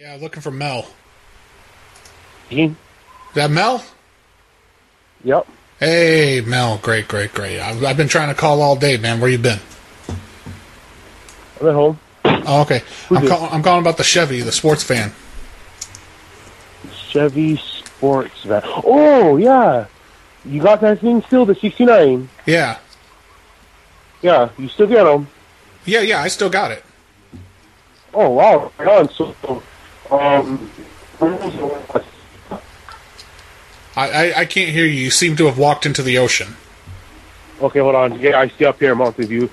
Yeah, looking for Mel. He? Is that Mel? Yep. Hey, Mel. Great, great, great. I've, I've been trying to call all day, man. Where you been? I've been home. Oh, okay. I'm, this? call, I'm calling about the Chevy, the sports van. Chevy Sports van. Oh yeah, you got that thing still the '69? Yeah. Yeah, you still get them. Yeah, yeah. I still got it. Oh wow, right on. So, um, when was the last- I, I, I can't hear you. You seem to have walked into the ocean. okay, hold on. Yeah, I see up here, Mountain View.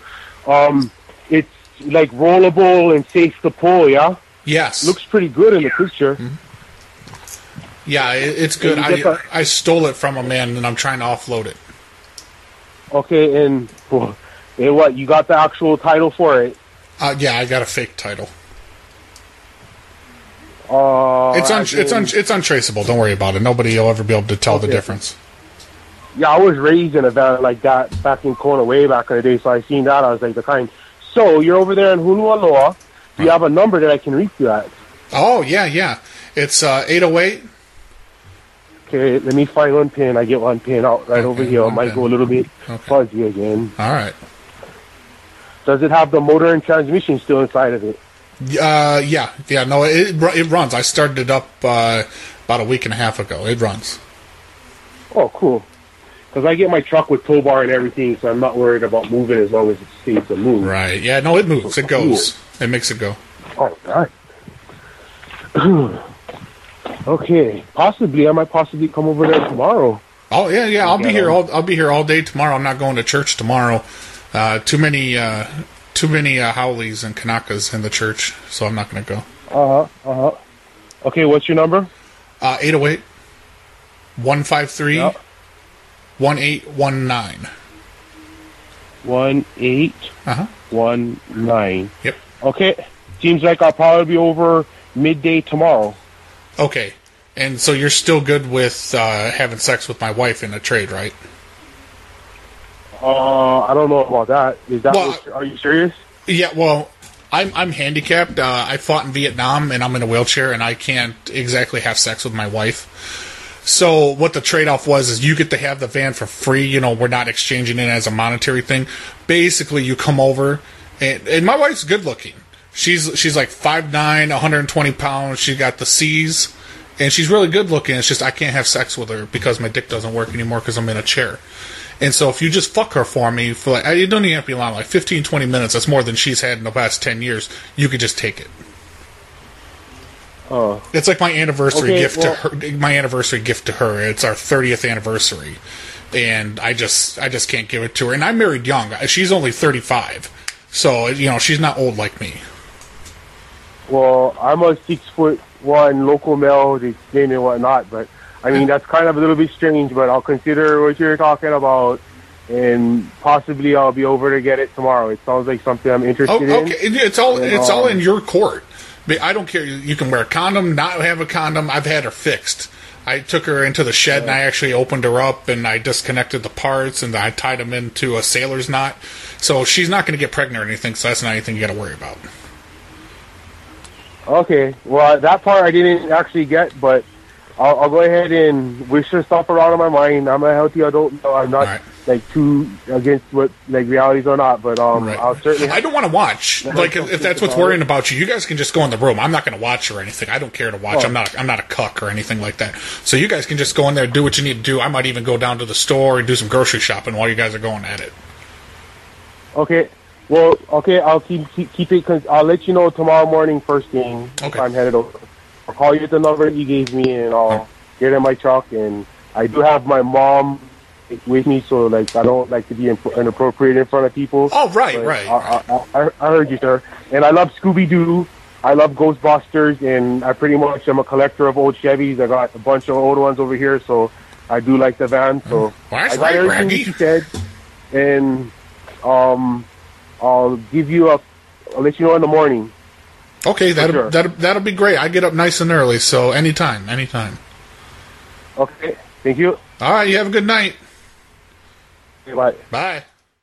Um, it's like rollable and safe to pull. Yeah, Yes. looks pretty good in the picture. Mm-hmm. yeah, it, it's good. Can you get I, that? I stole it from a man, and I'm trying to offload it. Okay, and well, and what? You got the actual title for it? Uh, yeah, I got a fake title. Uh, It's un- as in- it's un- it's untraceable. Don't worry about it. Nobody will ever be able to tell the Okay. difference. Yeah, I was raised in a van like that back in Kona way back in the day, so I seen that. I was like, the kind. So you're over there in Honolulu. Do you have a number that I can reach you at? Oh yeah, yeah. It's uh, 808. Okay, let me find one pin. I get one pin out right over Okay, here. It one might pin. go a little bit Okay. fuzzy again. All right. Does it have the motor and transmission still inside of it? Uh, yeah, yeah. No, it it ru- it runs. I started it up uh, about a week and a half ago. It runs. Oh, cool. Because I get my truck with tow bar and everything, so I'm not worried about moving as long as it stays to move. Right. Yeah. No, it moves. It goes. It makes it go. Oh, God. okay, possibly. I might possibly come over there tomorrow. Oh yeah, yeah. I'll be Yeah. here. All, I'll be here all day tomorrow. I'm not going to church tomorrow. Uh, too many uh, too many uh, Howleys and Kanakas in the church, so I'm not going to go. Uh huh. Uh huh. Okay, what's your number? Uh, 808 153 Yep. 1819. One eight Uh huh. one nine. Yep. Okay. Seems like I'll probably be over midday tomorrow. Okay. And so you're still good with uh, having sex with my wife in a trade, right? Uh, I don't know about that. Is that? Well, what- are you serious? Yeah, well, I'm I'm handicapped. Uh, I fought in Vietnam, and I'm in a wheelchair, and I can't exactly have sex with my wife. So what the trade-off was is you get to have the van for free. You know, we're not exchanging it as a monetary thing. Basically, you come over, and, and my wife's good looking. She's she's like 5'9", 120 pounds. She got the C's, and she's really good looking. It's just I can't have sex with her because my dick doesn't work anymore because I'm in a chair. And so if you just fuck her for me for like, I- it don't even have to be long, like 15, 20 minutes, that's more than she's had in the past 10 years, you could just take it. Oh. It's like my anniversary Okay, gift well- to her, my anniversary gift to her. It's our 30th anniversary. And I just, I just can't give it to her. And I married young. She's only 35. So, you know, she's not old like me. Well, I'm a six foot one local male, that's thin and whatnot. But I mean, that's kind of a little bit strange. But I'll consider what you're talking about, and possibly I'll be over to get it tomorrow. It sounds like something I'm interested Oh, in. okay. It- It's all And, it's all um, in your court. But I don't care. You- You can wear a condom, not have a condom. I've had her fixed. I took her into the shed and I actually opened her up and I disconnected the parts and I tied them into a sailor's knot. So she's not going to get pregnant or anything. So that's not anything you got to worry about. Okay. Well, that part I didn't actually get, but I'll, I'll go ahead and wish this stuff around in my mind. I'm a healthy adult. No, I'm not Right. like too against what like realities or not, but um, Right. I'll certainly. I don't want to watch. Like if, if that's what's worrying about you, you guys can just go in the room. I'm not going to watch or anything. I don't care to Oh. watch. I'm not. I'm not a cuck or anything like that. So you guys can just go in there, do what you need to do. I might even go down to the store and do some grocery shopping while you guys are going at it. okay. Well, okay. I'll keep keep, keep it. Cause I'll let you know tomorrow morning first thing if Okay. I'm headed over. I'll call you at the number you gave me, and I'll Alright. get in my truck. And I do have my mom with me, so like I don't like to be imp- inappropriate in front of people. Oh right, But right. I, I, I, I heard you, sir. And I love Scooby Doo. I love Ghostbusters, and I pretty much am a collector of old Chevys. I got a bunch of old ones over here, so I do like the van. So Well, that's I got right, everything Raggy. you said, and um, I'll give you a. I'll let you know in the morning. Okay, that'll, sure. that'll that'll be great. I get up nice and early, so anytime, anytime. Okay. Thank you. All right, you have a good night. Bye. Bye.